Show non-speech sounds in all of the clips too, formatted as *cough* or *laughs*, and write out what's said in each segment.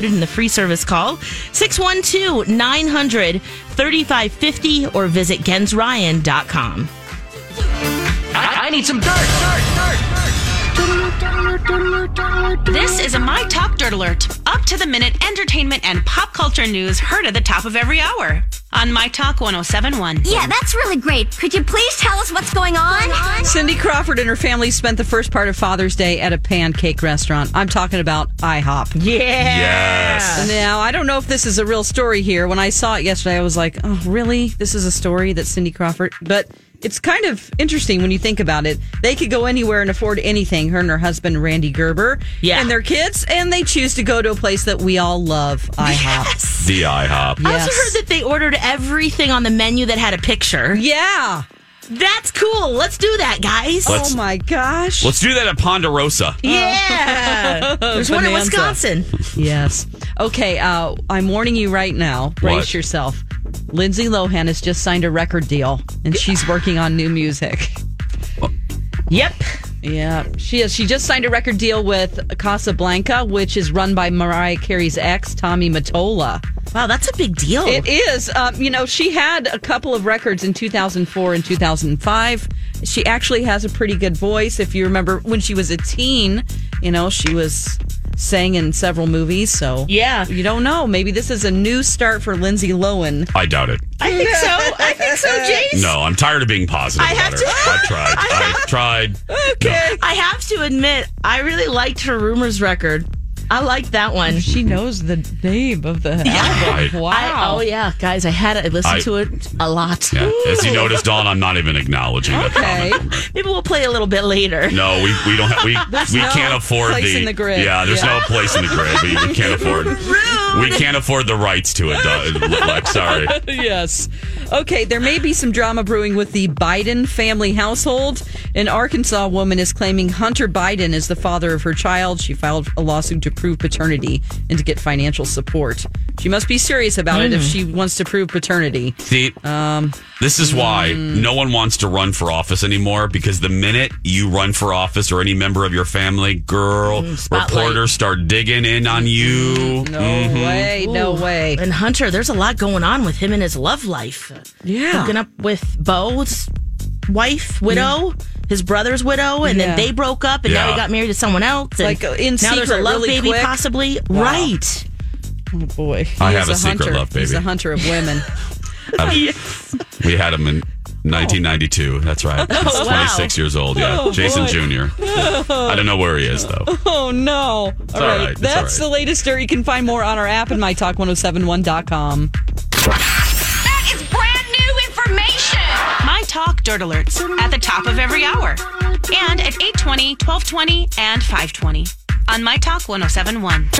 in the free service call 612-900-3550 or visit gensryan.com I, I need some dirt, dirt, dirt, dirt. This is a My Top Dirt Alert. Up to the minute entertainment and pop culture news heard at the top of every hour on My Talk 1071. Yeah, that's really great. Could you please tell us what's going on? Cindy Crawford and her family spent the first part of Father's Day at a pancake restaurant. I'm talking about IHOP. yeah Yes. Now, I don't know if this is a real story here. When I saw it yesterday, I was like, oh, really? This is a story that Cindy Crawford. But it's kind of interesting when you think about it. They could go anywhere and afford anything, her and her husband, Randy Gerber, Yeah. and their kids, and they choose to go to a place that we all love, IHOP. The IHOP. I also heard that they ordered everything on the menu that had a picture. Yeah. That's cool. Let's do that, guys. Let's- oh my gosh. Let's do that at Ponderosa. Yeah. *laughs* There's one in Oh. Bonanza. Wisconsin. Yes. Okay. Uh, I'm warning you right now. Brace What? yourself. Lindsay Lohan has just signed a record deal, and she's working on new music. Yep. Yeah, she is. She just signed a record deal with Casablanca, which is run by Mariah Carey's ex, Tommy Mottola. Wow, that's a big deal. It is. Um, you know, she had a couple of records in 2004 and 2005. She actually has a pretty good voice. If you remember when she was a teen, you know, she was sang in several movies. So Yeah. you don't know. Maybe this is a new start for Lindsay Lohan. I doubt it. I think so. I think *laughs* so, Jace. No, I'm tired of being positive. I have about to- Her. I've tried. I I have- have tried. Okay. I have to admit, I really liked her rumors record. I liked that one. She knows the name of the album. I- Wow. I, oh yeah, guys, I had it. I listened I- to it a lot. Yeah. As you noticed, Dawn, I'm not even acknowledging that *laughs* Okay. comment. Maybe we'll play a little bit later. No, we, we don't *laughs* have, we we no can't afford place the, in the grid. Yeah, there's Yeah. no place in the grid. We, *laughs* we can't afford we can't afford the rights to it. Dawn- Lex, sorry. yes. Okay, there may be some drama brewing with the Biden family household. An Arkansas woman is claiming Hunter Biden is the father of her child. She filed a lawsuit to prove paternity and to get financial support. She must be serious about it if she wants to prove paternity. See, Um, this is why hmm. no one wants to run for office anymore because the minute you run for office or any member of your family, girl, spotlight. reporters start digging in on you. Mm, No way, no way. And Hunter, there's a lot going on with him and his love life. Yeah. Hooking up with Bo's wife, widow, his brother's widow, and Yeah. then they broke up, and now Yeah. he got married to someone else. and Like, uh, in now there's a secret, love really baby, quick. possibly. Right. Oh boy. I He have is a secret hunter. love, He's baby. a hunter of *laughs* women. We had him in Oh. 1992. *laughs* That's right. He's Oh, wow. 26 years old. Yeah. Oh, Jason boy. *laughs* Jr. I don't know where he is, though. oh no. all right, it's all That's right. the latest story. You can find more on our app and mytalk1071.com. That is brand new information. My Talk Dirt Alerts at the top of every hour and at 820, 1220, and 520 on My Talk 1071.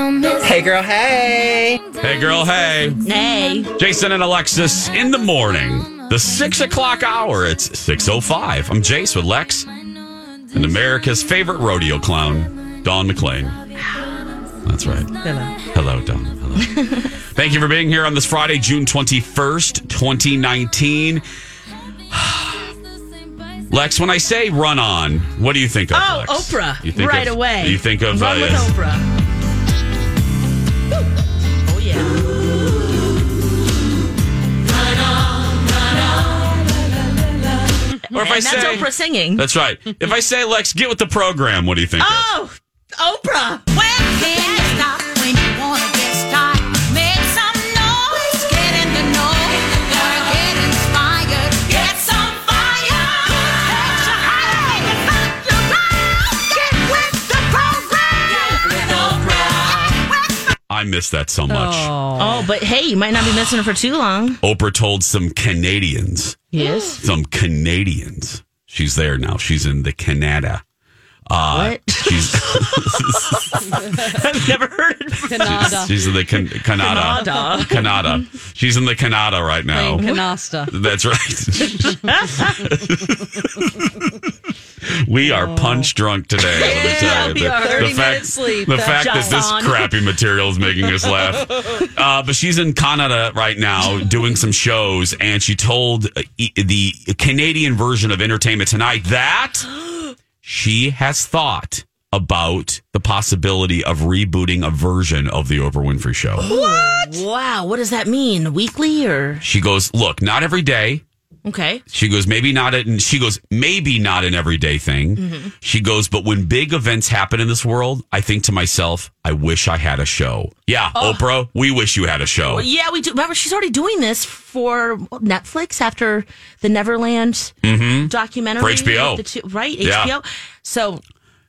Hey, girl, hey. Hey, girl. Hey. Nay. Jason and Alexis in the morning. The six o'clock hour. It's 6.05. I'm Jace with Lex and America's favorite rodeo clown, Don McLean. That's right. Hello, *laughs* Don. Hello. Thank you for being here on this Friday, June 21st, 2019. *sighs* Lex, when I say run on, what do you think of? Oh, Lex? Oprah, You think right of- away. You think of Run uh, with yes. Oprah. Oh yeah. or if I and that's say Oprah singing. That's right. If I say Lex, get with the program, what do you think? of? oh, Oprah. Well, can't stop when you wanna get started. Make some noise. I miss that so much. Oh, but hey, you might not be missing it for too long. Oprah told some Canadians, Yes. some Canadians. She's there now. She's in the Canada. Uh, What? She's *laughs* I've never heard it. Canada. she's in the *laughs* can- Canada. Canada. Canada. She's in the Canada right now. Playing *laughs* canasta. That's right. we are punch drunk today. let me tell you. we are. 30 minutes sleep. The That's fact that just this on. crappy material is making us laugh. Uh, but she's in Canada right now doing some shows, and she told uh, e- the Canadian version of Entertainment Tonight that she has thought about the possibility of rebooting a version of the Oprah Winfrey Show. Wow, what does that mean? Weekly or She goes, "Look, not every day." okay? She goes, maybe not in, she goes, maybe not an everyday thing. Mm-hmm. She goes, but when big events happen in this world, I think to myself, I wish I had a show. Yeah, Oh. Oprah, we wish you had a show. Yeah, we do. Remember, she's already doing this for Netflix after the Neverland documentary Mm-hmm. For HBO. the two- right? Yeah. HBO. So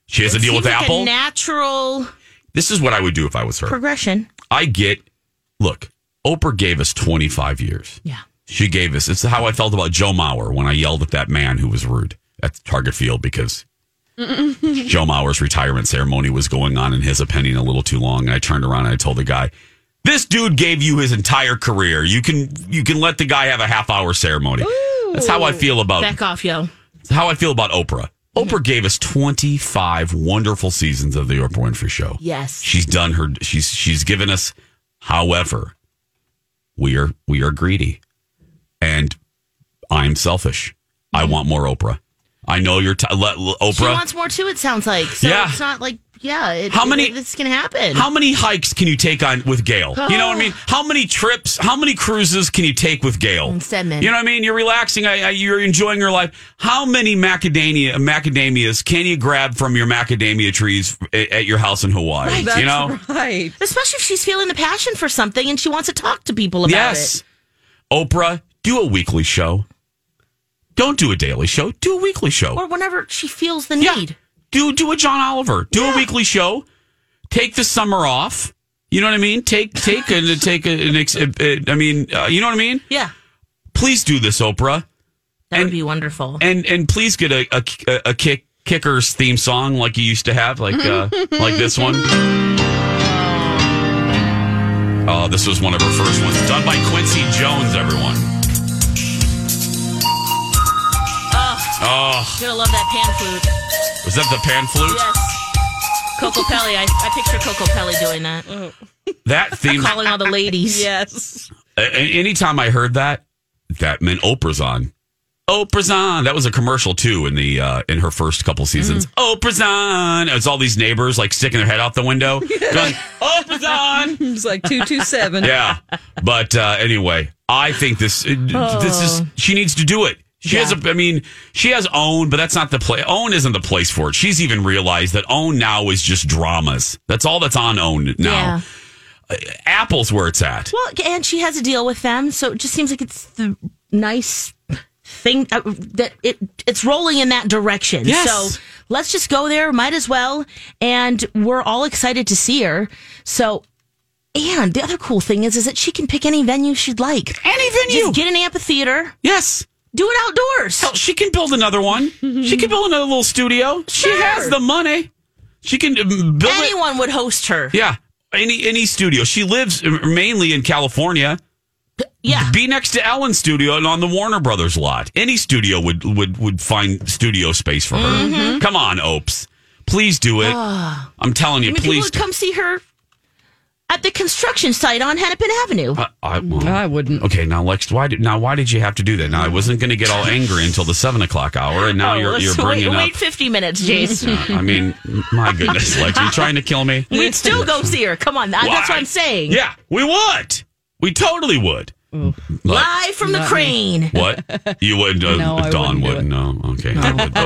She has a it deal with seems like Apple. A natural this is what I would do if I was her. progression. I get, look, Oprah gave us 25 years. Yeah. She gave us, it's how I felt about Joe Mauer when I yelled at that man who was rude at Target Field because Joe Mauer's retirement ceremony was going on, in his opinion, a little too long. And I turned around and I told the guy, this dude gave you his entire career. You can you can let the guy have a half hour ceremony. That's how I feel about Back off, yo. that's how I feel about Oprah. Oprah gave us 25 wonderful seasons of the Oprah Winfrey show. Yes. She's done her she's she's given us however we are we are greedy and I'm selfish. I want more Oprah. I know you're t- let, Oprah. She wants more too. It sounds like. So Yeah. It's not like yeah. It, How many- It, it's gonna happen. how many hikes can you take on with Gail? You know what I mean? How many trips, how many cruises can you take with Gail? Sedman. You know what I mean? You're relaxing, I, I, you're enjoying your life. How many macadamia macadamias can you grab from your macadamia trees a- at your house in Hawaii? That's you know? right. Especially if she's feeling the passion for something and she wants to talk to people about yes. it. Oprah, do a weekly show. Don't do a daily show. Do a weekly show. Or whenever she feels the Yeah. need. Do do a John Oliver. Do a weekly show. Take the summer off. You know what I mean? Take *laughs* take a, take a, an ex, a, a, I mean, uh, you know what I mean? Yeah. Please do this, Oprah, That And- would be wonderful. and and please get a a, a kick kickers theme song like you used to have, like *laughs* uh, like this one. Oh, this was one of her first ones, done by Quincy Jones. Everyone. Oh, Gonna love that pan flute. was that the pan flute? Yes. Coco Pelli. I, I picture Coco Pelli doing that. That theme Calling all the ladies. Yes. A- a- anytime I heard that, that meant Oprah's on. Oprah's on. That was a commercial too in the uh, in her first couple seasons. Oprah's on. It's all these neighbors like sticking their head out the window, going, *laughs* "Oprah's on." It's like 227. Yeah, but uh, anyway, I think this uh, this is she needs to do it. She has a, I mean, she has own, but that's not the play. Own isn't the place for it. She's even realized that own now is just dramas. That's all that's on own now. Apple's where it's at. Well, and she has a deal with them, so it just seems like it's the nice thing uh, that it it's rolling in that direction. Yes. So let's just go there. Might as well. And we're all excited to see her. So. And the other cool thing is, is that she can pick any venue she'd like. Any venue. Just get an amphitheater, yes. do it outdoors. Hell, she can build another one. she can build another little studio. She Sure. has the money. She can um, build it. Anyone would host her. Yeah, any any studio. She lives uh, mainly in California. Yeah. Be next to Ellen's studio and on the Warner Brothers lot. Any studio would would would find studio space for her. Mm-hmm. Come on, Opes. Please do it. I'm telling you, I mean, Ah. people please. would come see her at the construction site on Hennepin Avenue. I, I- well, I wouldn't. Okay, now Lex, why did now why did you have to do that? Now I wasn't going to get all angry until the seven o'clock hour, *laughs* and now Oh, you're let's you're bringing wait, up. wait 50 minutes, Jace. Uh, I mean, my goodness, Lex, are you trying to kill me? We'd still go see her. Come on. that- That's what I'm saying. Yeah, we would. We totally would. Like, Live from the crane. *laughs* what? You would? Uh, No, I Dawn wouldn't wouldn't. No, okay. I would though.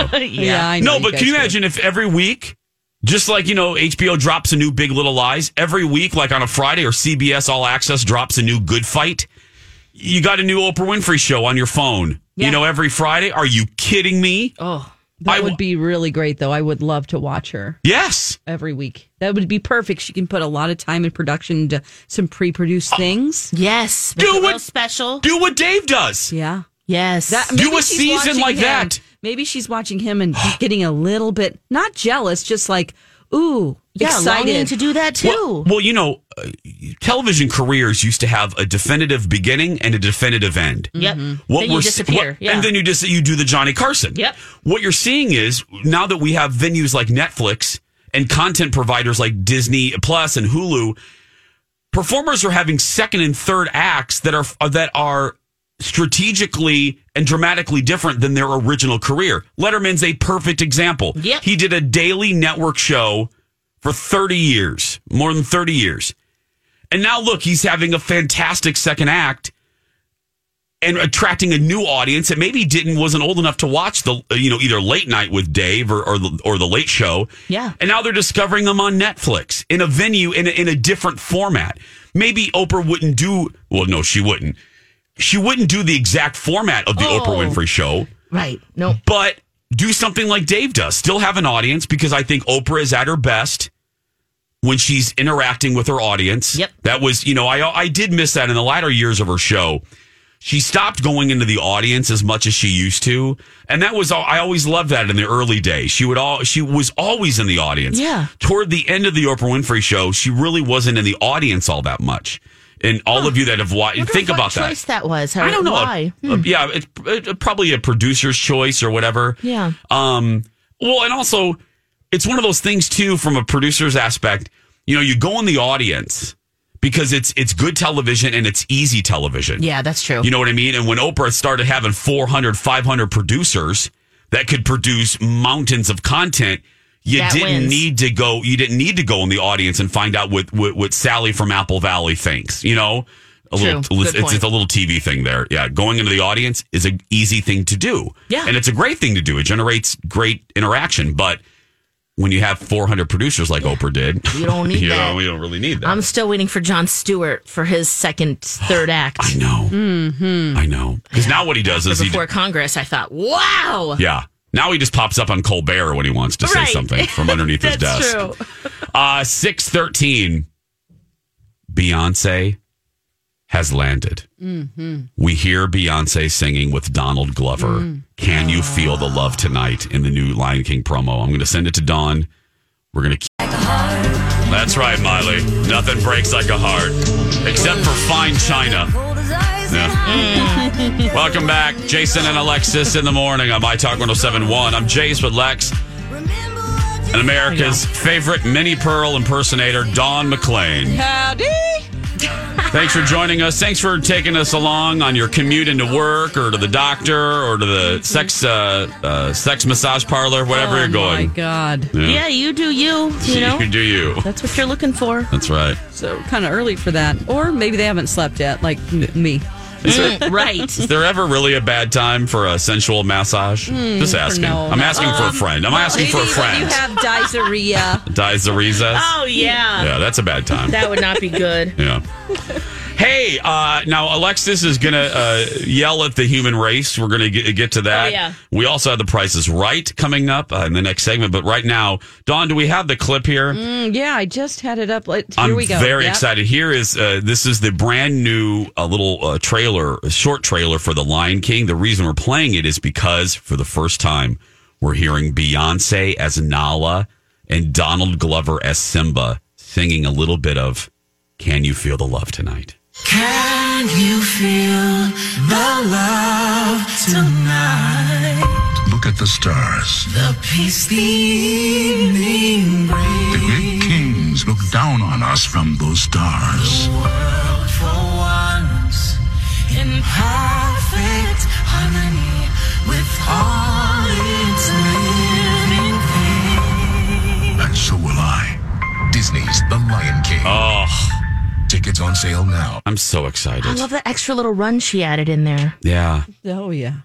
*laughs* would though. Yeah, I know No, but guys can you would. imagine if every week, just like you know, HBO drops a new Big Little Lies every week, like on a Friday, or CBS All Access drops a new Good Fight. You got a new Oprah Winfrey show on your phone. You know, every Friday. Are you kidding me? Oh. That I would be really great, though. I would love to watch her Yes. every week. That would be perfect. She can put a lot of time in production into some pre-produced Ah. things. Yes. Do make it it. real special. Do what Dave does. Yeah. yes. That, Do maybe a she's season watching like him. that. Maybe she's watching him *gasps* and getting a little bit not jealous, just like ooh, yeah, longing excited to do that too. Well, well, you know, uh, television careers used to have a definitive beginning and a definitive end. yep. Mm-hmm. then you we're se- disappear. what- yeah. And then you just you do the Johnny Carson. Yep. What you're seeing is now that we have venues like Netflix and content providers like Disney Plus and Hulu, performers are having second and third acts that are uh, that are strategically and dramatically different than their original career. Letterman's a perfect example. Yep. He did a daily network show for 30 years, more than 30 years. And now look, he's having a fantastic second act and attracting a new audience that maybe didn't wasn't old enough to watch the you know either late night with Dave or or the, or the late show. Yeah. And now they're discovering them on Netflix in a venue in a, in a different format. Maybe Oprah wouldn't do well no she wouldn't. She wouldn't do the exact format of the Oh. Oprah Winfrey show, right. No. but do something like Dave does. Still have an audience because I think Oprah is at her best when she's interacting with her audience. Yep. That was, you know, I I did miss that in the latter years of her show. She stopped going into the audience as much as she used to, and that was all, I always loved that in the early days. She would all she was always in the audience. Yeah. Toward the end of the Oprah Winfrey show, she really wasn't in the audience all that much. And all of you that have watched, Wonder think what about that. choice that was. How- I don't know. Why? Hmm. Uh, yeah, it's uh, probably a producer's choice or whatever. Yeah. Um. Well, and also, it's one of those things too, from a producer's aspect. You know, you go in the audience because it's it's good television and it's easy television. Yeah, that's true. You know what I mean? And when Oprah started having 400, 500 producers that could produce mountains of content, you That didn't wins. need to go. You didn't need to go in the audience and find out what what, what Sally from Apple Valley thinks. You know, a True. little Good it's, it's point. a little TV thing there. Yeah, going into the audience is an easy thing to do. Yeah. and it's a great thing to do. It generates great interaction, but. When you have 400 producers like Oprah did, You *laughs* don't need you that. Know, you don't really need that. I'm still waiting for John Stewart for his second, third act. *gasps* I know. Mm-hmm. I know. Because now what he does is he Before Congress, I thought, wow. Yeah. Now he just pops up on Colbert when he wants to say Right. something from underneath *laughs* his That's desk. true. Uh, 613, Beyonce has landed. We hear Beyonce singing with Donald Glover. Can you feel the love tonight in the new Lion King promo? I'm going to send it to Dawn. We're going to. That's right, Miley. Nothing breaks like a heart, except for fine china. Yeah. *laughs* Welcome back, Jason and Alexis in the morning on My Talk 1071. I'm Jace with Lex and America's favorite mini pearl impersonator, Don McLean. *laughs* Howdy! Thanks for joining us. Thanks for taking us along on your commute into work or to the doctor or to the sex uh, uh, sex massage parlor, wherever Oh you're my going. god! Yeah, you do you, *laughs* you know? *laughs* you do you. That's what you're looking for. That's right. So kind of early for that, or maybe they haven't slept yet, like m- me. Is there- Mm, Right. Is there ever really a bad time for a sensual massage? Just asking. Mm, no. I'm asking for a friend. I'm asking for a Maybe when friend. you have dysuria. Dies the recess. Oh, yeah. Yeah, that's a bad time. That would not be good. yeah. *laughs* Hey, uh, now Alexis is going to uh, yell at the human race. We're going to get to that. Oh, yeah. We also have the prices right coming up uh, in the next segment. But right now, Dawn, do we have the clip *laughs* here? yeah, I just had it up. Let- Mm, Here I'm we go. very Yep. excited. Here is uh, this is the brand new uh, little uh, trailer, a short trailer for The Lion King. The reason we're playing it is because for the first time we're hearing Beyonce as Nala and Donald Glover as Simba singing a little bit of "Can You Feel the Love Tonight." Look at the stars. The great kings look down on us from those stars. And so will I. Disney's The Lion King. Oh, Tickets on sale now. I'm so excited! *laughs* I love that extra little run she added in there. yeah, Oh yeah.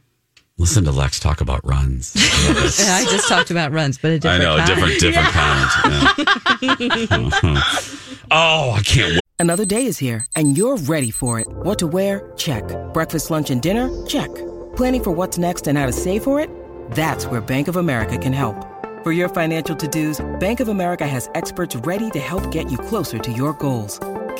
listen to Lex talk *laughs* about runs. Yeah, *laughs* I just talked about runs, but a I different know, kind. different, different kind. *laughs* Yeah. oh, I can't Another day is here, and you're ready for it. What to wear? Check. Breakfast, lunch, and dinner? Check. Planning for what's next and how to save for it? That's where Bank of America can help. For your financial to-dos, Bank of America has experts ready to help get you closer to your goals.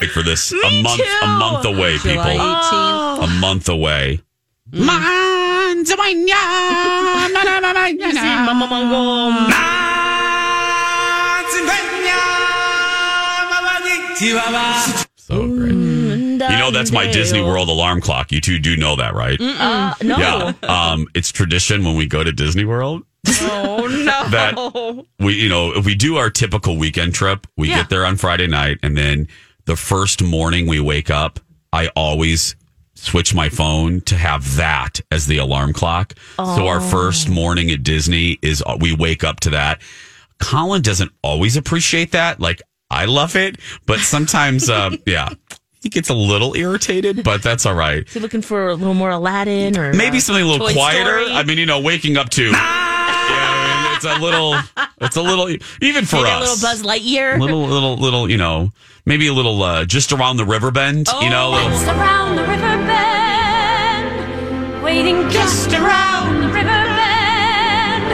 Wait for this a month, a month away, people. July Oh, Oh. 18th. A month away. Mm. So great. Mm. You know that's my Disney World alarm clock. You two do know that, right? Uh, no. Yeah. Um, it's tradition when we go to Disney World. Oh no. That- We, you know, if we do our typical weekend trip, we Yeah. get there on Friday night, and then the first morning we wake up, I always switch my phone to have that as the alarm clock. So our Oh. first morning at Disney is uh, we wake up to that. Colin doesn't always appreciate that. Like I love it, but sometimes, uh, *laughs* yeah, he gets a little irritated, but that's all right. Is he looking for a little more Aladdin or Maybe uh, something a little Toy quieter. Story? I mean, you know, waking *laughs* up to. Yeah, it's a little. It's a little. Even for Maybe a us. little Buzz Lightyear. little, little, little, you know, maybe a little uh, just around the river bend, you know. Oh, Just around the river bend, waiting just around the river bend.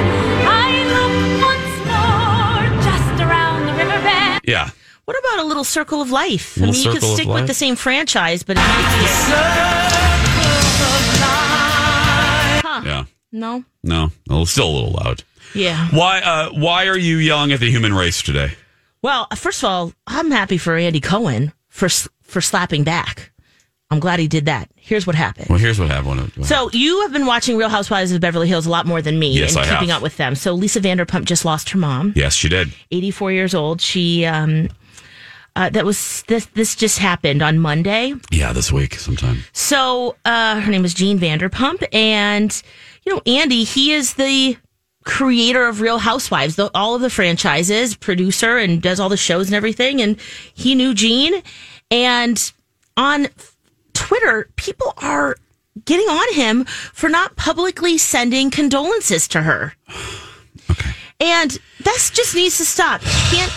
I look once more, just around the river bend. yeah. What about a little Circle of Life? I Little mean, you could Circle of stick with Life. the same franchise, but it might be Huh. Yeah. No. No. no, it's still a little loud. Yeah. Why? Uh, why are you yelling at the human race today? Well, uh, first of all, I'm happy for Andy Cohen for s- for slapping back. I'm glad he did that. Here's what happened. Well, here's what happened. So you have been watching Real Housewives of Beverly Hills a lot more than me Yes, and I keeping have. up with them. So Lisa Vanderpump just lost her mom, yes, she did. 84 years old. She um uh, that was this this just happened on Monday. Yeah, this week sometime. So uh, her name is Jean Vanderpump, and you know Andy, he is the creator of Real Housewives, the, all of the franchises, producer, and does all the shows and everything. And he knew Jean, and on Twitter, people are getting on him for not publicly sending condolences to her. And this just needs to stop. You can't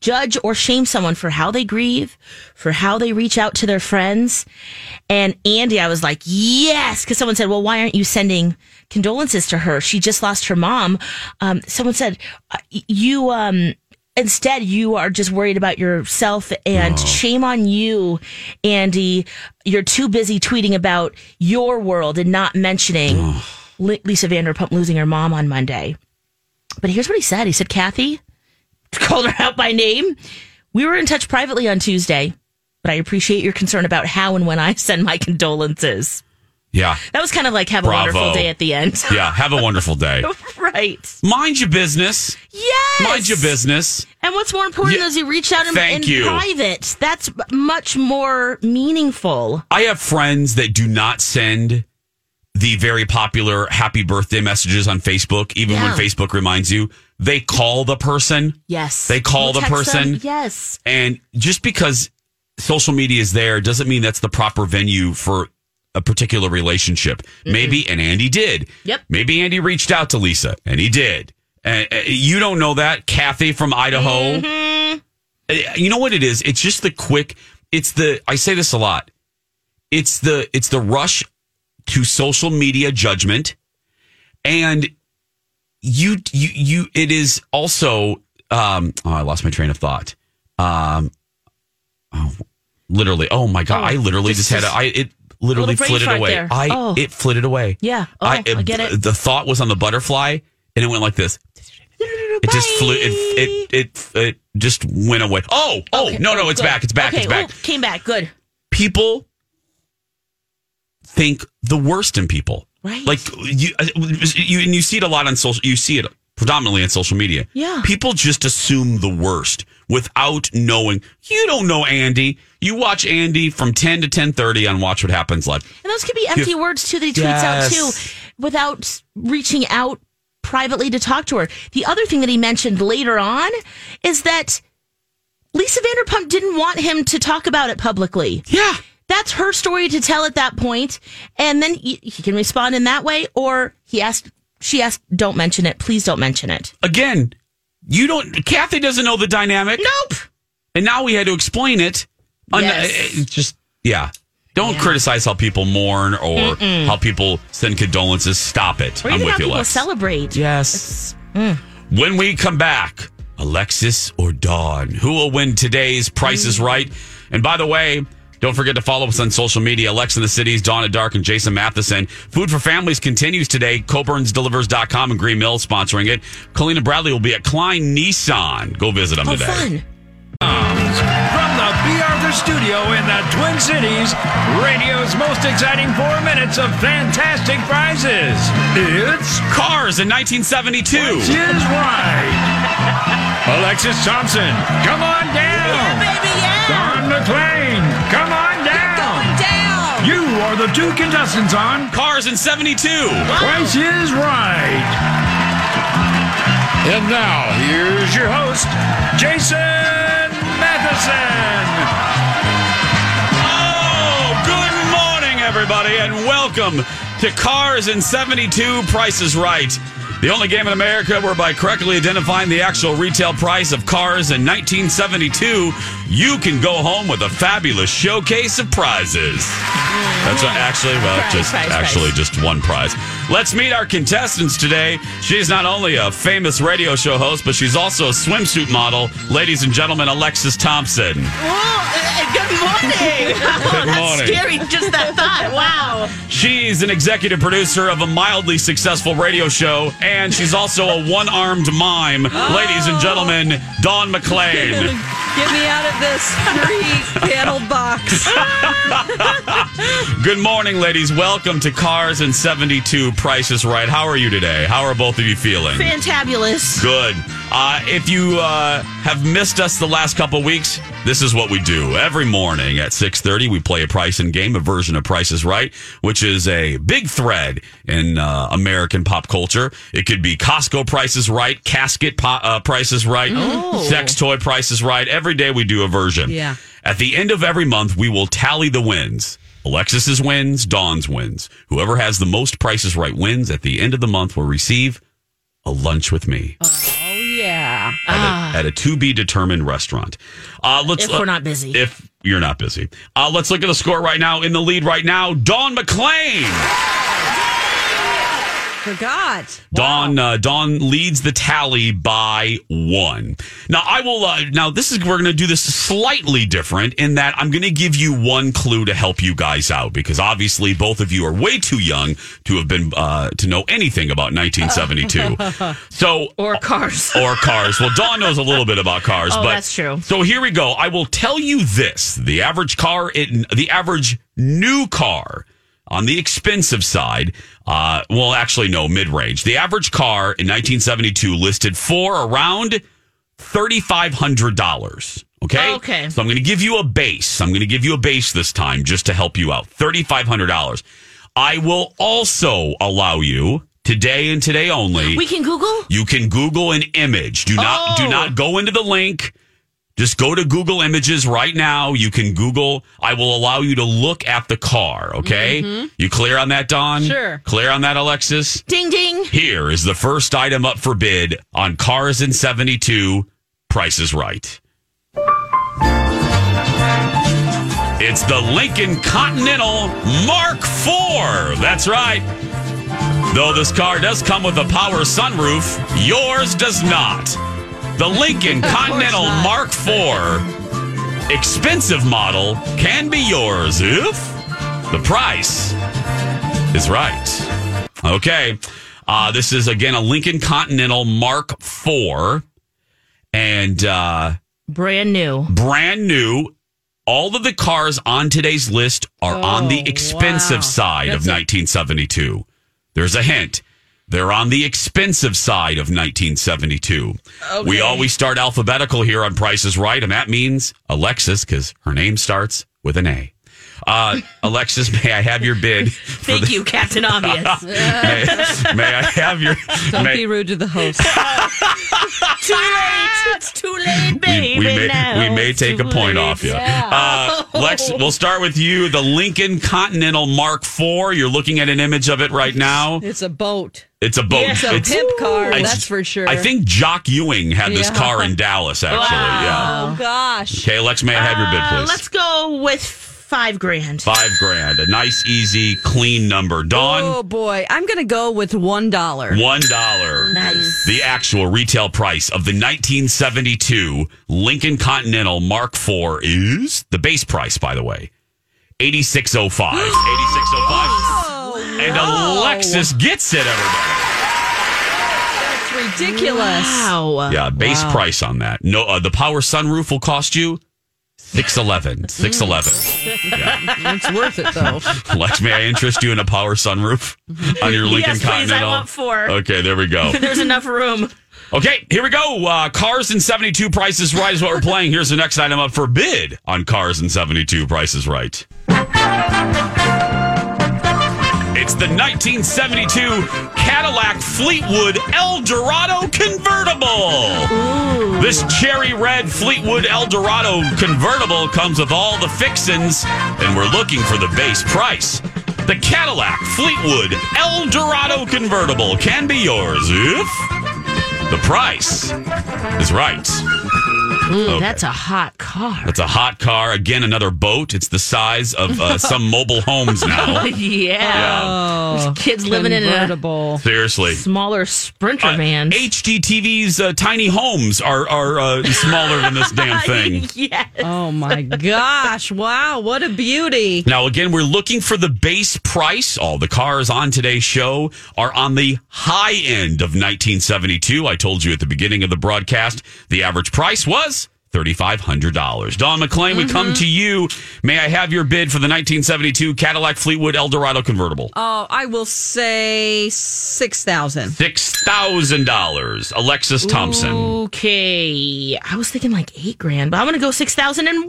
judge or shame someone for how they grieve, for how they reach out to their friends. And Andy, I was like, yes, because someone said, well, why aren't you sending condolences to her? She just lost her mom. Um, someone said, uh, you, um, Instead, you are just worried about yourself and shame on you, Andy. You're too busy tweeting about your world and not mentioning Li- Lisa Vanderpump losing her mom on Monday. But here's what he said. He said, Kathy, *laughs* called her out by name. We were in touch privately on Tuesday, but I appreciate your concern about how and when I *laughs* send my condolences. Yeah. That was kind of like have a Bravo. wonderful day at the end. *laughs* Yeah. Have a wonderful day. *laughs* right. Mind your business. Yes. Mind your business. And what's more important Yeah. is he reached out in, Thank in you. private. That's much more meaningful. I have friends that do not send the very popular happy birthday messages on Facebook, even Yeah. when Facebook reminds you. They call the person. Yes. They call You the text person. them, Yes. And just because social media is there doesn't mean that's the proper venue for a particular relationship. Maybe, and Andy did. Yep. Maybe Andy reached out to Lisa, and he did. And uh, you don't know that. Kathy from Idaho. Uh, You know what it is? It's just the quick, it's the, I say this a lot. It's the, it's the rush to social media judgment. And you you you it is also um oh, i lost my train of thought um oh, literally oh my god i literally just, had a, i it little brain literally flitted fart away there. i Oh. it flitted away Yeah. Oh, I, get it. the thought was on the butterfly and it went like this it just flew it it it, it just went away oh oh Okay. no no it's good. back it's back Okay. oh, it's back Ooh, came back. Good. people think the worst in people Right. Like you, you, and you see it a lot on social. You see it predominantly on social media. Yeah. People just assume the worst without knowing. You don't know Andy. You watch Andy from ten to ten thirty on Watch What Happens Live. And those could be empty Yeah. words too that he tweets out Yes. too without reaching out privately to talk to her. The other thing that he mentioned later on is that Lisa Vanderpump didn't want him to talk about it publicly. Yeah. That's her story to tell at that point. And then he, he can respond in that way or he asked she asked don't mention it. Please don't mention it. Again, you don't. Kathy doesn't know the dynamic. Nope. And now we had to explain it. Un- Yes. it- it uh, just yeah. Don't criticize how people mourn or Mm-mm. how people send condolences. Stop it. Or I'm even with how you, people Lex. celebrate. Yes. Mm. When we come back, Alexis or Dawn, who will win today's Price Mm. is Right? And by the way, don't forget to follow us on social media. Alex in the Cities, Dawn at Dark, and Jason Matheson. Food for Families continues today. Coburn'sDelivers.com and Green Mill sponsoring it. Colleen and Bradley will be at Klein Nissan. Go visit them Oh, today. fun. From the B. Arthur Studio in the Twin Cities, radio's most exciting four minutes of fantastic prizes. It's Cars in 1972. Which is right. Alexis Thompson, come on down. Don McLean, come on down. You are the two contestants on Cars in 72. Price is Right. And now, here's your host, Jason Matheson. Oh, good morning, everybody, and welcome to Cars in 72 Price is Right. The only game in America where by correctly identifying the actual retail price of cars in 1972, you can go home with a fabulous showcase of prizes. That's not actually, well, Prize, just prize, actually just one prize. Let's meet our contestants today. She's not only a famous radio show host, but she's also a swimsuit model. Ladies and gentlemen, Alexis Thompson. Whoa, Oh, uh, good morning. Good Oh, That's morning. scary, just that thought. Wow. She's an executive producer of a mildly successful radio show, and she's also a one armed mime. Ladies and gentlemen, Dawn McClain. Get me out of this three panel box. Good morning, ladies. Welcome to Cars and 72 Price is Right. How are you today? How are both of you feeling? Fantabulous. Good. Uh, if you uh, have missed us the last couple weeks, this is what we do every morning at 6.30 we play a price and game a version of price is right which is a big thread in uh, american pop culture it could be costco price is right casket po- uh, price is right Oh. sex toy price is right every day we do a version Yeah. at the end of every month, we will tally the wins. Alexis's wins, Dawn's wins. Whoever has the most prices right wins at the end of the month will receive a lunch with me Oh, yeah. at, a, at a to be determined restaurant. Uh, let's Ah. If we're not busy. If you're not busy, uh, let's look at the score right now. In the lead right now, Dawn McClain. *laughs* Forgot. Dawn uh, Dawn leads the tally by one. Now I will. Uh, now this is we're going to do this slightly different in that I'm going to give you one clue to help you guys out because obviously both of you are way too young to have been uh, to know anything *laughs* about 1972. so or cars *laughs* or cars. Well, Dawn knows a little bit about cars, Oh, but that's true. So here we go. I will tell you this: the average car, it, the average new car on the expensive side, uh, well, actually, no, mid-range. The average car in 1972 listed for around thirty-five hundred dollars. Okay. Okay. So I'm going to give you a base. I'm going to give you a base this time just to help you out. Thirty-five hundred dollars. I will also allow you today and today *laughs* only. We can Google? You can Google an image. Do not do not go into the link. Just go to Google Images right now. You can Google. I will allow you to look at the car. Okay. Mhm. You clear on that, Don? Sure. Clear on that, Alexis. Ding ding. Here is the first item up for bid on Cars in '72. Price is Right. It's the Lincoln Continental Mark IV. That's right. Though this car does come with a power sunroof, yours does not. The Lincoln Of course Continental not. Mark IV, expensive model, can be yours if the price is right. Okay. Uh, this is again a Lincoln Continental Mark IV, and uh, Brand new. brand new. All of the Oh, cars on today's list are on the expensive side of 1972. There's a hint. They're on the expensive side of 1972. Okay. We always start alphabetical here on Price is Right, and that means Alexis, because her name starts with an A. *laughs* Uh, Alexis, may I have your bid? for Thank the- you, Captain *laughs* Obvious. may, may I have your? Don't may- be rude to the host. too late. It's too late, baby. we may, now. we may take a point off you. Uh, *laughs* Lex, we'll start with you. The Lincoln Continental Mark IV. You're looking at an image of it right now. It's a boat. It's a boat. It's a pimp car, it's- that's for sure. I think Jock Ewing had this Yeah. car in Dallas, actually. Wow. Yeah. Oh gosh. Okay, Lex, may I have your bid, Uh, please? let's go with five grand. Five grand. A nice, easy, clean number. Dawn, Oh boy, I'm gonna go with one dollar. one dollar. Nice. The actual retail price of the 1972 Lincoln Continental Mark IV is the base price, by the way, *gasps* 8605. 8605. And Alexis gets it, everybody. That's ridiculous. Wow. Yeah, base Wow. price on that. No, uh, the power sunroof will cost you Mm-hmm. 611. 611. it's worth it though. Lex, may I interest you in a power sunroof on your Lincoln *laughs* yes, Continental? please. I want four. Okay, there we *laughs* go. There's enough room. Okay, here we go. Uh, Cars and 72 Prices Right is what we're playing. Here's the next item up for bid on Cars and 72 Prices Right. It's the 1972 Cadillac Fleetwood Eldorado convertible. This cherry red Fleetwood Eldorado convertible comes with all the fixins, and we're looking for the base price. The Cadillac Fleetwood Eldorado convertible can be yours if the price is right. Ooh, Okay. That's a hot car. That's a hot car. Again, another boat. It's the size of uh, some mobile homes *laughs* now. yeah. There's kids living in a *laughs* convertible. Seriously. smaller Sprinter Uh, van. HGTV's uh, tiny homes are are uh, smaller than this damn thing. *laughs* yes. Oh my gosh! Wow, what a beauty. Now, again, we're looking for the base price. All the cars on today's show are on the high end of 1972. I told you at the beginning of the broadcast, the average price was $3,500. Don McClain, we come to you. May I have your bid for the 1972 Cadillac Fleetwood Eldorado convertible? Oh, I will say six thousand. $6,000. Alexis Thompson. Okay. I was thinking like eight grand, but I'm going to go $6,001. Six thousand and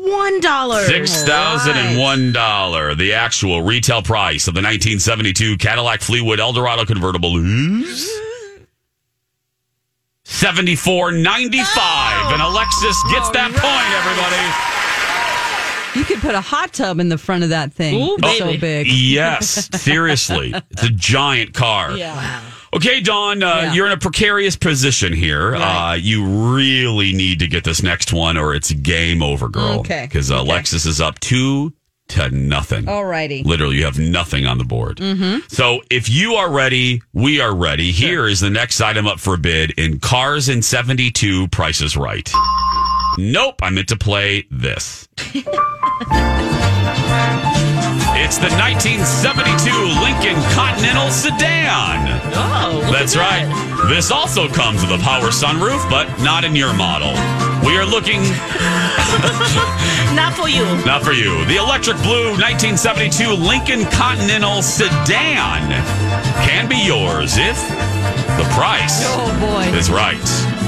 one dollar. The actual retail price of the nineteen seventy two Cadillac Fleetwood Eldorado convertible is seventy four ninety five, and Alexis gets that point. Everybody, You could put a hot tub in the front of that thing. Ooh, it's so baby. big. *laughs* yes, seriously, it's a giant car. Okay, Dawn, uh, Yeah. you're in a precarious position here. Uh, you really need to get this next one, or it's game over, girl. Okay. because uh, Alexis is up two to nothing. Alrighty. Literally, you have nothing on the board. Mm-hmm. So if you are ready, we are ready. Here is the next item up for bid in Cars in 72 Price is Right. Nope, I meant to play this. it's the 1972 Lincoln Continental Sedan. Oh. look That's at right. that. This also comes with a power sunroof, but not in your model. We are looking Not for you. not for you. The electric blue 1972 Lincoln Continental sedan can be yours if the price Oh boy! is right.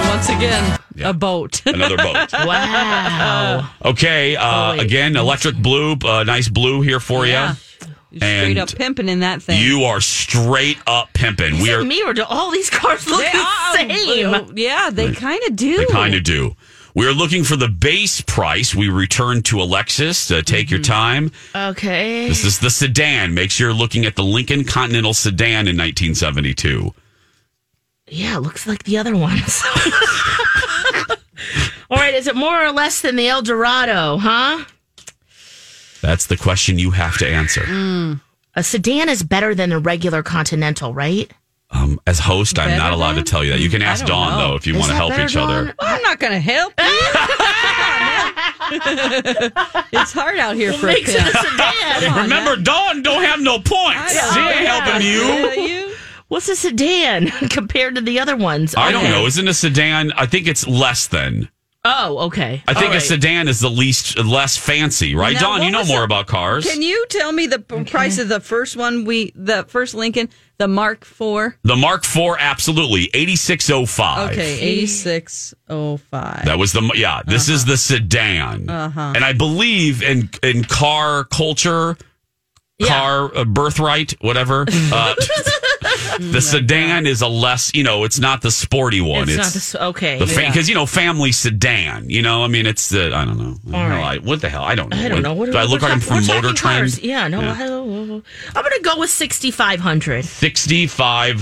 Once again, a boat. *laughs* Another boat. Wow. Okay, uh, Oh, wait. again, electric blue, uh, nice blue here for Yeah. you. Straight And up pimping in that thing. *laughs* you are straight up pimping. We are me or do all these cars look They are- the same? oh, yeah, they kind of do. They kind of do. We are looking for the base price. We return to Alexis. Uh, take your Mm-hmm. time. Okay. This is the sedan. Make sure you're looking at the Lincoln Continental sedan in 1972. yeah, it looks like the other *laughs* ones. All right, is it more or less than the El Dorado, huh? That's the question you have to answer. Mm. A sedan is better than a regular Continental, right? Um, as host, I'm not Better allowed to than? tell you that. You can I ask don't Dawn know. though if you Is want to that help better, each other. Dawn? Well, I'm not going to help. *laughs* you. it's hard out here for a Makes it pimp. a *laughs* sedan. Remember, Dawn don't have no points. She ain't helping you. Yeah, you. *laughs* What's a sedan *laughs* compared to the other ones? I don't Okay. know. Isn't a sedan? I think it's less than. Oh, okay. I think All a right. sedan is the least less fancy, right? Now, Don, what you know was more the- about cars. Can you tell me the p- price of the first one we the first Lincoln, the Mark IV? the Mark IV, absolutely, eighty six oh five. Okay, 8605. That was the yeah. This is the sedan, Uh-huh. and I believe in in car culture, car uh, birthright, *laughs* whatever. Uh, Oh the sedan is a less, you know, it's not the sporty one. Oh, It's, It's, not this. Okay. the yeah. because you know family sedan. You know, I mean, it's the I don't know. All Hell, I- what the hell? I don't know. I don't know. What do I look like? I'm from Motor Trend. Trends. Yeah, no. I- I'm going to go with 6500 Sixty five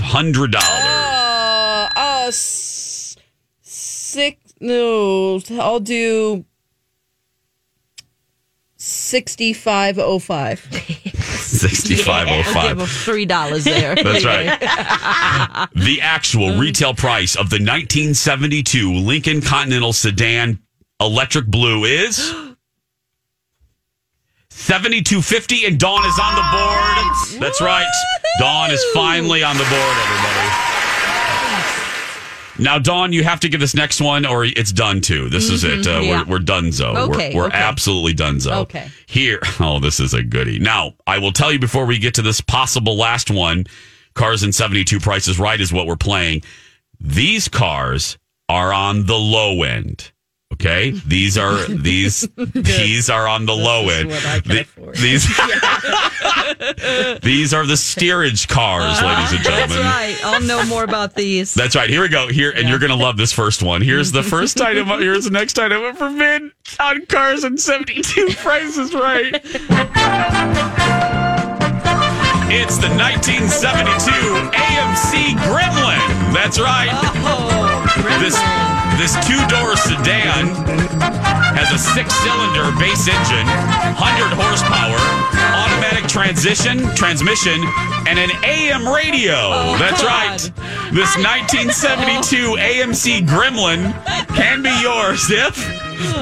*laughs* hundred dollars. Uh, uh, s- six. No, I'll do sixty-five oh five. Sixty five oh Give five. them three dollars *laughs* there. That's right. *laughs* The actual retail price of the 1972 Lincoln Continental sedan electric blue is 7250 and Dawn is on the board. That's right. Dawn is finally on the board everybody. Now Dawn, you have to give this next one or it's done too. This is it. Uh, Mhm, yeah. we're, we're donezo. Okay, we're we're okay. absolutely donezo. Okay. Here, *laughs* oh, this is a goodie. Now, I will tell you before we get to this possible last one Cars in 72 Prices Right is what we're playing. These cars are on the low end. *laughs* Okay, these are these these are on the low end. The- *laughs* these *laughs* these are the steerage cars, ladies and gentlemen. Uh-huh. That's right. I'll know more about these. That's right. Here we go. Here, and you're gonna love this first one. Here's the first item. Here's the next item up for bid on Cars and 72 *laughs* Prices Right. It's the 1972 AMC Gremlin. That's right. This this two-door sedan has a six-cylinder base engine, 100 horsepower, automatic transition, transmission, and an AM radio. That's right. This 1972 AMC Gremlin can be yours if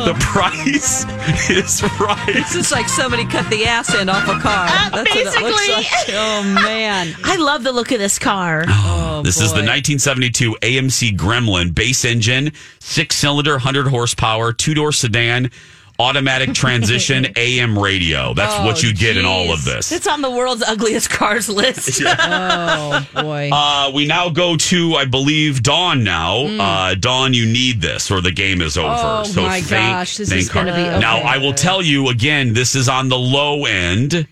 the price is right. This is like somebody cut the ass end off a car. That's what it looks like. Uh, basically. Oh man. I love the look of this car. Oh, this is the 1972 AMC Gremlin base engine, six cylinder, 100 horsepower, two door sedan, *laughs* automatic transition, AM radio. That's what Oh, you get in all of this. It's on the world's ugliest cars *laughs* list. Oh boy. Uh, we now go to, I believe, Dawn now. Uh, Dawn, you need this or the game is over. Hmm. Oh, so my thank, gosh, this is thank her. gonna be- Now, okay. I will tell you again, this is on the low end.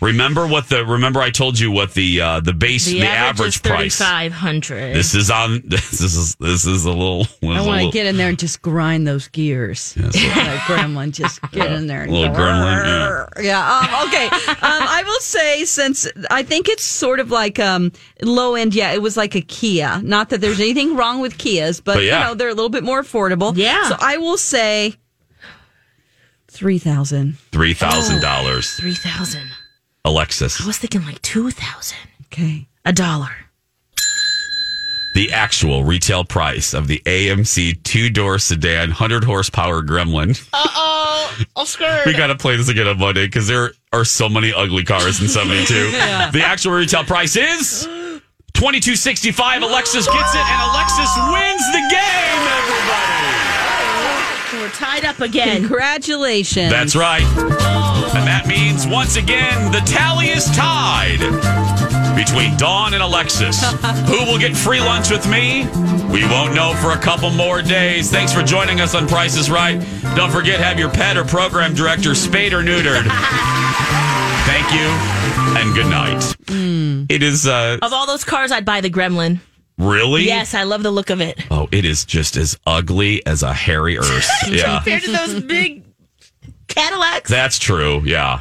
Remember what the remember I told you what the uh, the base the, average, is price. 3500 This is on *laughs* this is this is a little *laughs* this is I a want to little, get in there and just grind those gears. *laughs* Like gremlin, just get in there. a And little go, gremlin. yeah. Yeah. Um, okay. Um, I will say since I think it's sort of like um, low end. Yeah, it was like a Kia. Not that there's anything wrong with Kias, but, But yeah. you know they're a little bit more affordable. Yeah. So I will say three thousand. Three *gasps* thousand dollars, 3000 I Alexis. was thinking like 2000 Okay. A dollar. The actual retail price of the AMC two-door sedan, hundred horsepower Gremlin. *laughs* Uh oh, I'll skirt. We got to play this again on Monday because there are so many ugly cars *laughs* in '72. The actual retail price is twenty-two sixty-five. Alexis gets it, and Alexis wins the game. Everybody, We're tied up again. *laughs* Congratulations. that's right, and that means once again the tally is tied between Dawn and Alexis. Who will get free lunch with me? We won't know for a couple more days. Thanks for joining us on Price is Right. Don't forget have your pet or program director spayed or neutered. Thank you and good night. It is uh Of all those cars, I'd buy the Gremlin. really Oh, Yes, I love the look of it. Oh, it is just as ugly as a hairy earth. Yeah. Compared to *laughs* those big Cadillacs. That's true. Yeah.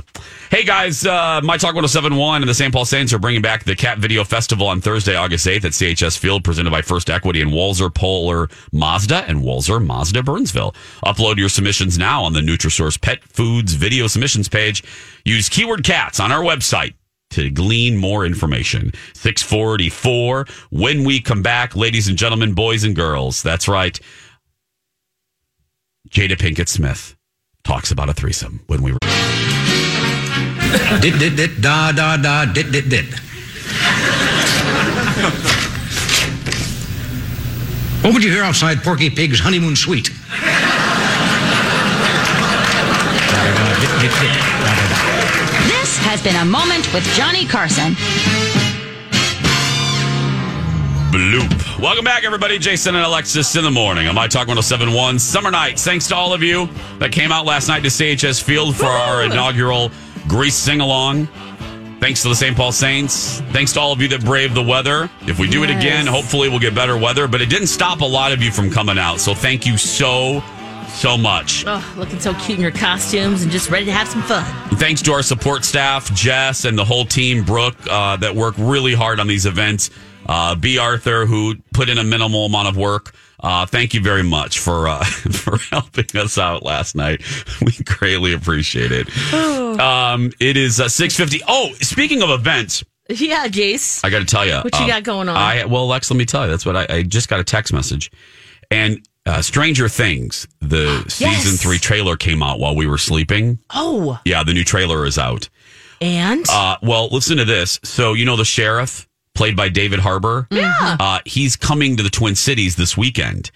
Hey guys, uh, My Talk 1071 and the St. Paul Saints are bringing back the Cat Video Festival on Thursday, August 8th at CHS Field, presented by First Equity and Walzer Polar Mazda and Walzer Mazda Burnsville. Upload your submissions now on the Nutrisource Pet Foods video submissions page. Use keyword cats on our website to glean more information. 644 when we come back, ladies and gentlemen, boys and girls. That's right. Jada Pinkett Smith talks about a threesome when we Dit, dit, dit, da, da, da, dit, dit, dit. What would you hear outside Porky Pig's honeymoon suite? dit, dit. Da, da, da. This has been a moment with Johnny Carson. Bloop. Welcome back, everybody. Jason and Alexis in the morning on My Talk 1071 Summer Night. Thanks to all of you that came out last night to CHS Field for our inaugural Grease Sing Along. Thanks to the St. Paul Saints. Thanks to all of you that braved the weather. If we do it Yes. again, hopefully we'll get better weather, but it didn't stop a lot of you from coming out. So thank you so, so much. Oh, looking so cute in your costumes and just ready to have some fun. Thanks to our support staff, Jess and the whole team, Brooke, uh, that work really hard on these events. Uh, B. Arthur, who put in a minimal amount of work. Uh, thank you very much for uh, *laughs* for helping us out last night. *laughs* We greatly appreciate it. Um, it is uh, six fifty. Oh, speaking of events, Yeah, Jace. I got to tell you What you got going on? I well, Lex, let me tell you. That's what I, I just got a text message, and uh, Stranger Things, *gasps* the season three trailer came out while we were sleeping. Oh, Yeah, the new trailer is out. and Uh, well, listen to this. So you know the sheriff, played by David Harbour. Yeah. Uh, he's coming to the Twin Cities this *gasps* weekend.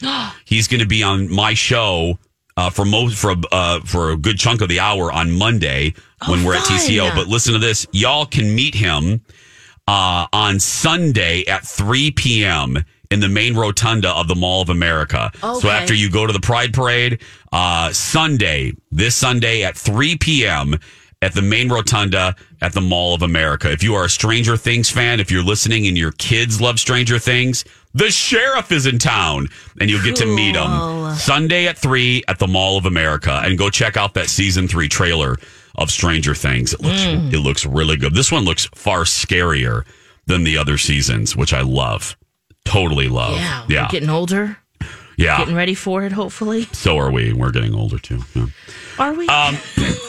he's going to be on my show uh, for most for a, uh, for a good chunk of the hour on Monday when we're Oh, fun. at TCO. But listen to this, y'all can meet him uh, on Sunday at 3 p.m. in the main rotunda of the Mall of America. Okay. So after you go to the Pride Parade, uh, Sunday, this Sunday at 3 p.m. at the main rotunda at the Mall of America. If you are a Stranger Things fan, if you're listening and your kids love Stranger Things, the sheriff is in town and you'll get to meet him Sunday at 3 at the Mall of America and go check out that season 3 trailer of Stranger Things. It looks Hmm. Mm. it looks really good. This one looks far scarier than the other seasons, which I love. Totally love. yeah, we're Yeah. Ah. getting older, Yeah. getting ready for it. Hopefully, so are we. We're getting older too. Yeah. are we? Um,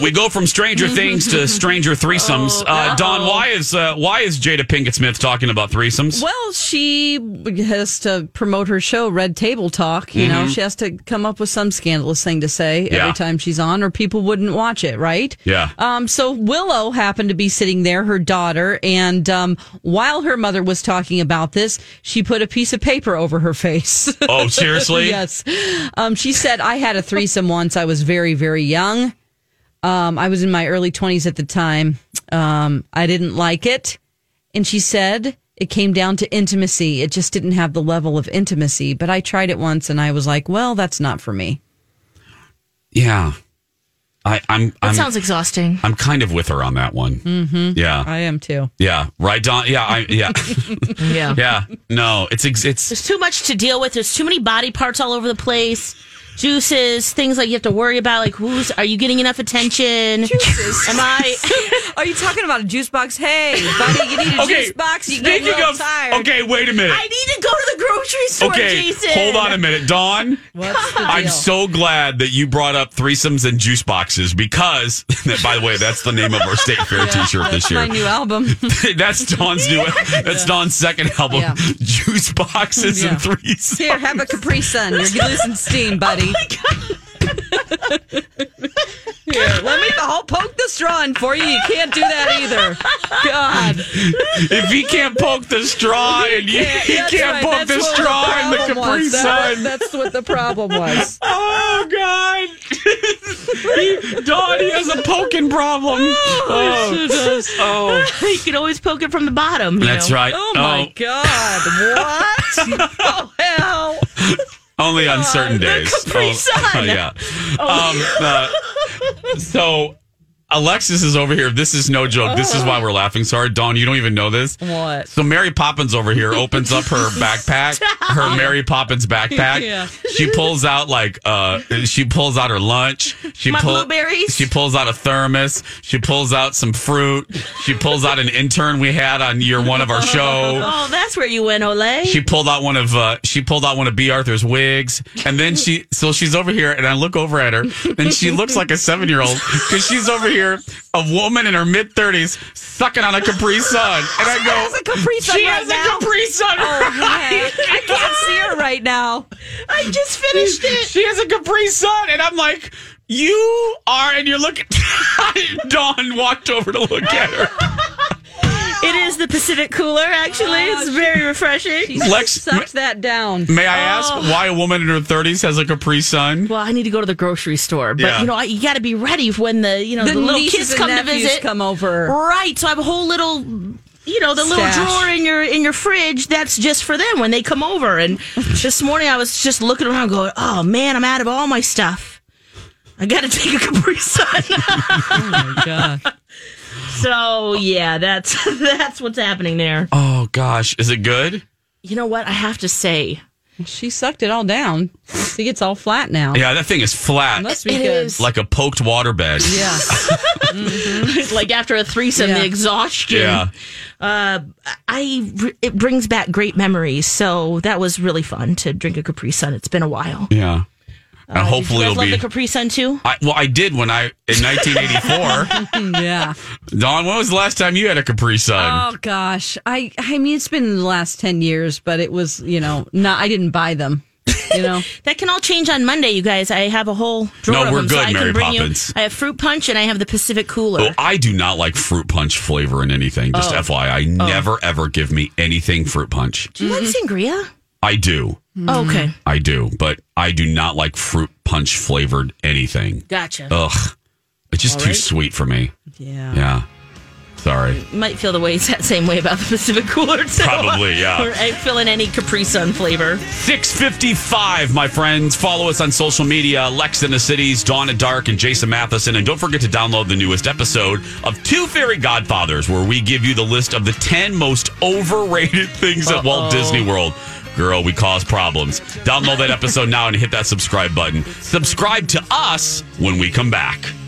we go *laughs* from Stranger Things to Stranger Oh, Threesomes. uh, Don, why is uh, why is Jada Pinkett Smith talking about threesomes? Well, she has to promote her show, Red Table Talk. You know, Mhm. she has to come up with some scandalous thing to say Yeah. every time she's on, or people wouldn't watch it, right? Yeah. Um, so Willow happened to be sitting there, her daughter, and um, while her mother was talking about this, she put a piece of paper over her face. *laughs* Oh, seriously? yes. Um, she said, I had a threesome once. I was very, very young. Um, I was in my early 20s at the time. Um, I didn't like it. And she said, it came down to intimacy. It just didn't have the level of intimacy. But I tried it once and I was like, well, that's not for me. Yeah, I, I'm. That I'm, sounds exhausting. I'm kind of with her on that one. Mm-hmm. Yeah. I am too. Yeah, right, Don. Yeah, I, *laughs* yeah, yeah, yeah. No, it's ex- it's There's too much to deal with. There's too many body parts all over the place. Juices, things like you have to worry about. Like, who's are you getting enough attention? Juices. Am I? are you talking about a juice box? Hey, buddy, you need a Okay, juice box. You get a little tired. okay, wait a minute. *laughs* I need to go to the grocery store, okay, Jason. hold on a minute, Don. What's the I'm deal? so glad that you brought up threesomes and juice boxes because, *laughs* by the way, that's the name of our state fair T-shirt this That's year. my new album. *laughs* that's Don's new. That's Don's second album, Yeah. Juice Boxes Yeah. and Three. Here, have a Capri Sun. You're losing steam, Oh, buddy. Here, let me. I'll poke the straw in for you. You can't do that either. God. If he can't poke the straw and you, he that's can't right, poke that's the what straw in the problem Capri was. That- Sun. that's what the problem was. Oh God, *laughs* He- Don, he has a poking problem. Oh, Oh. it sure does. Oh. *laughs* you can always poke it from the bottom. you That's know? right. Oh, my Oh. God! *laughs* What? oh hell! Only on certain days. Oh, Capri Sun. *laughs* yeah. Um, uh, so Alexis is over here. This is no joke. This is why we're laughing so hard. Dawn, you don't even know this. What? So Mary Poppins over here opens up her backpack, her Mary Poppins backpack. Yeah. She pulls out like uh she pulls out her lunch. She My pull- blueberries. She pulls out a thermos. She pulls out some fruit. She pulls out an intern we had on year one of our *laughs* show. Oh, that's where you went, Olay. She pulled out one of uh, she pulled out one of B. Arthur's wigs, and *laughs* then she so she's over here, and I look over at her, and she looks like a seven year old because she's over here, a woman in her mid thirties, sucking on a Capri Sun, and I go, a Capri Sun She right has a now. Capri Sun Oh, right *laughs* heck. I can't see her right now. I just finished it. She has a Capri Sun, and I'm like, *laughs* you are, and you're looking. Dawn walked over to look at her. It is the Pacific Cooler, actually. it's very refreshing. Lex- sucks that down. May I ask Oh. why a woman in her 30s has a Capri Sun? Well, I need to go to the grocery store, but Yeah. you know, I, you got to be ready when the you know the, The little nieces kids and come to nephews visit. come over. right? So I have a whole little, you know, the little Stash. drawer in your in your fridge that's just for them when they come over. And this morning I was just looking around, going, "Oh man, I'm out of all my stuff. I got to take a Capri *laughs* Sun." oh my god! So yeah, that's *laughs* that's what's happening there. Oh gosh, is it good? You know what? I have to say, She sucked it all down. She gets all flat now. *laughs* Yeah, that thing is flat. Must be It good. is. Like a poked waterbed. Yeah. like after a threesome, Yeah. the exhaustion. *laughs* Yeah. Uh, I it brings back great memories. So that was really fun to drink a Capri Sun. It's been a while. Yeah. And Uh, hopefully you guys it'll love be. the Capri Sun too. I, well, I did when I *laughs* in 1984. yeah. Don, when was the last time you had a Capri Sun? Oh gosh, I I mean it's been the last ten years, but it was you know not I didn't buy them. You know, That can all change on Monday, you guys. I have a whole drawer No, of we're them, good, so I Mary can bring Poppins. you. I have fruit punch and I have the Pacific Cooler. Oh, I do not like fruit punch flavor in anything. Just Oh. FYI, Oh. never ever give me anything fruit punch. Do you like sangria? I do, Oh, okay, I do, but I do not like fruit punch flavored anything. gotcha. Ugh, it's just All too right. sweet for me. Yeah. Yeah, sorry. Might feel the way *laughs* that same way about the Pacific Cooler too. Probably, yeah. *laughs* Or I fill in any Capri Sun flavor. 655, my friends. Follow us on social media, Lex in the Cities, Dawn at Dark, and Jason Matheson. And don't forget to download the newest episode of Two Fairy Godfathers, where we give you the list of the 10 most overrated things at Walt Uh-oh. Disney World. Girl, we cause problems. Download that episode now and hit that subscribe button. Subscribe to us when we come back.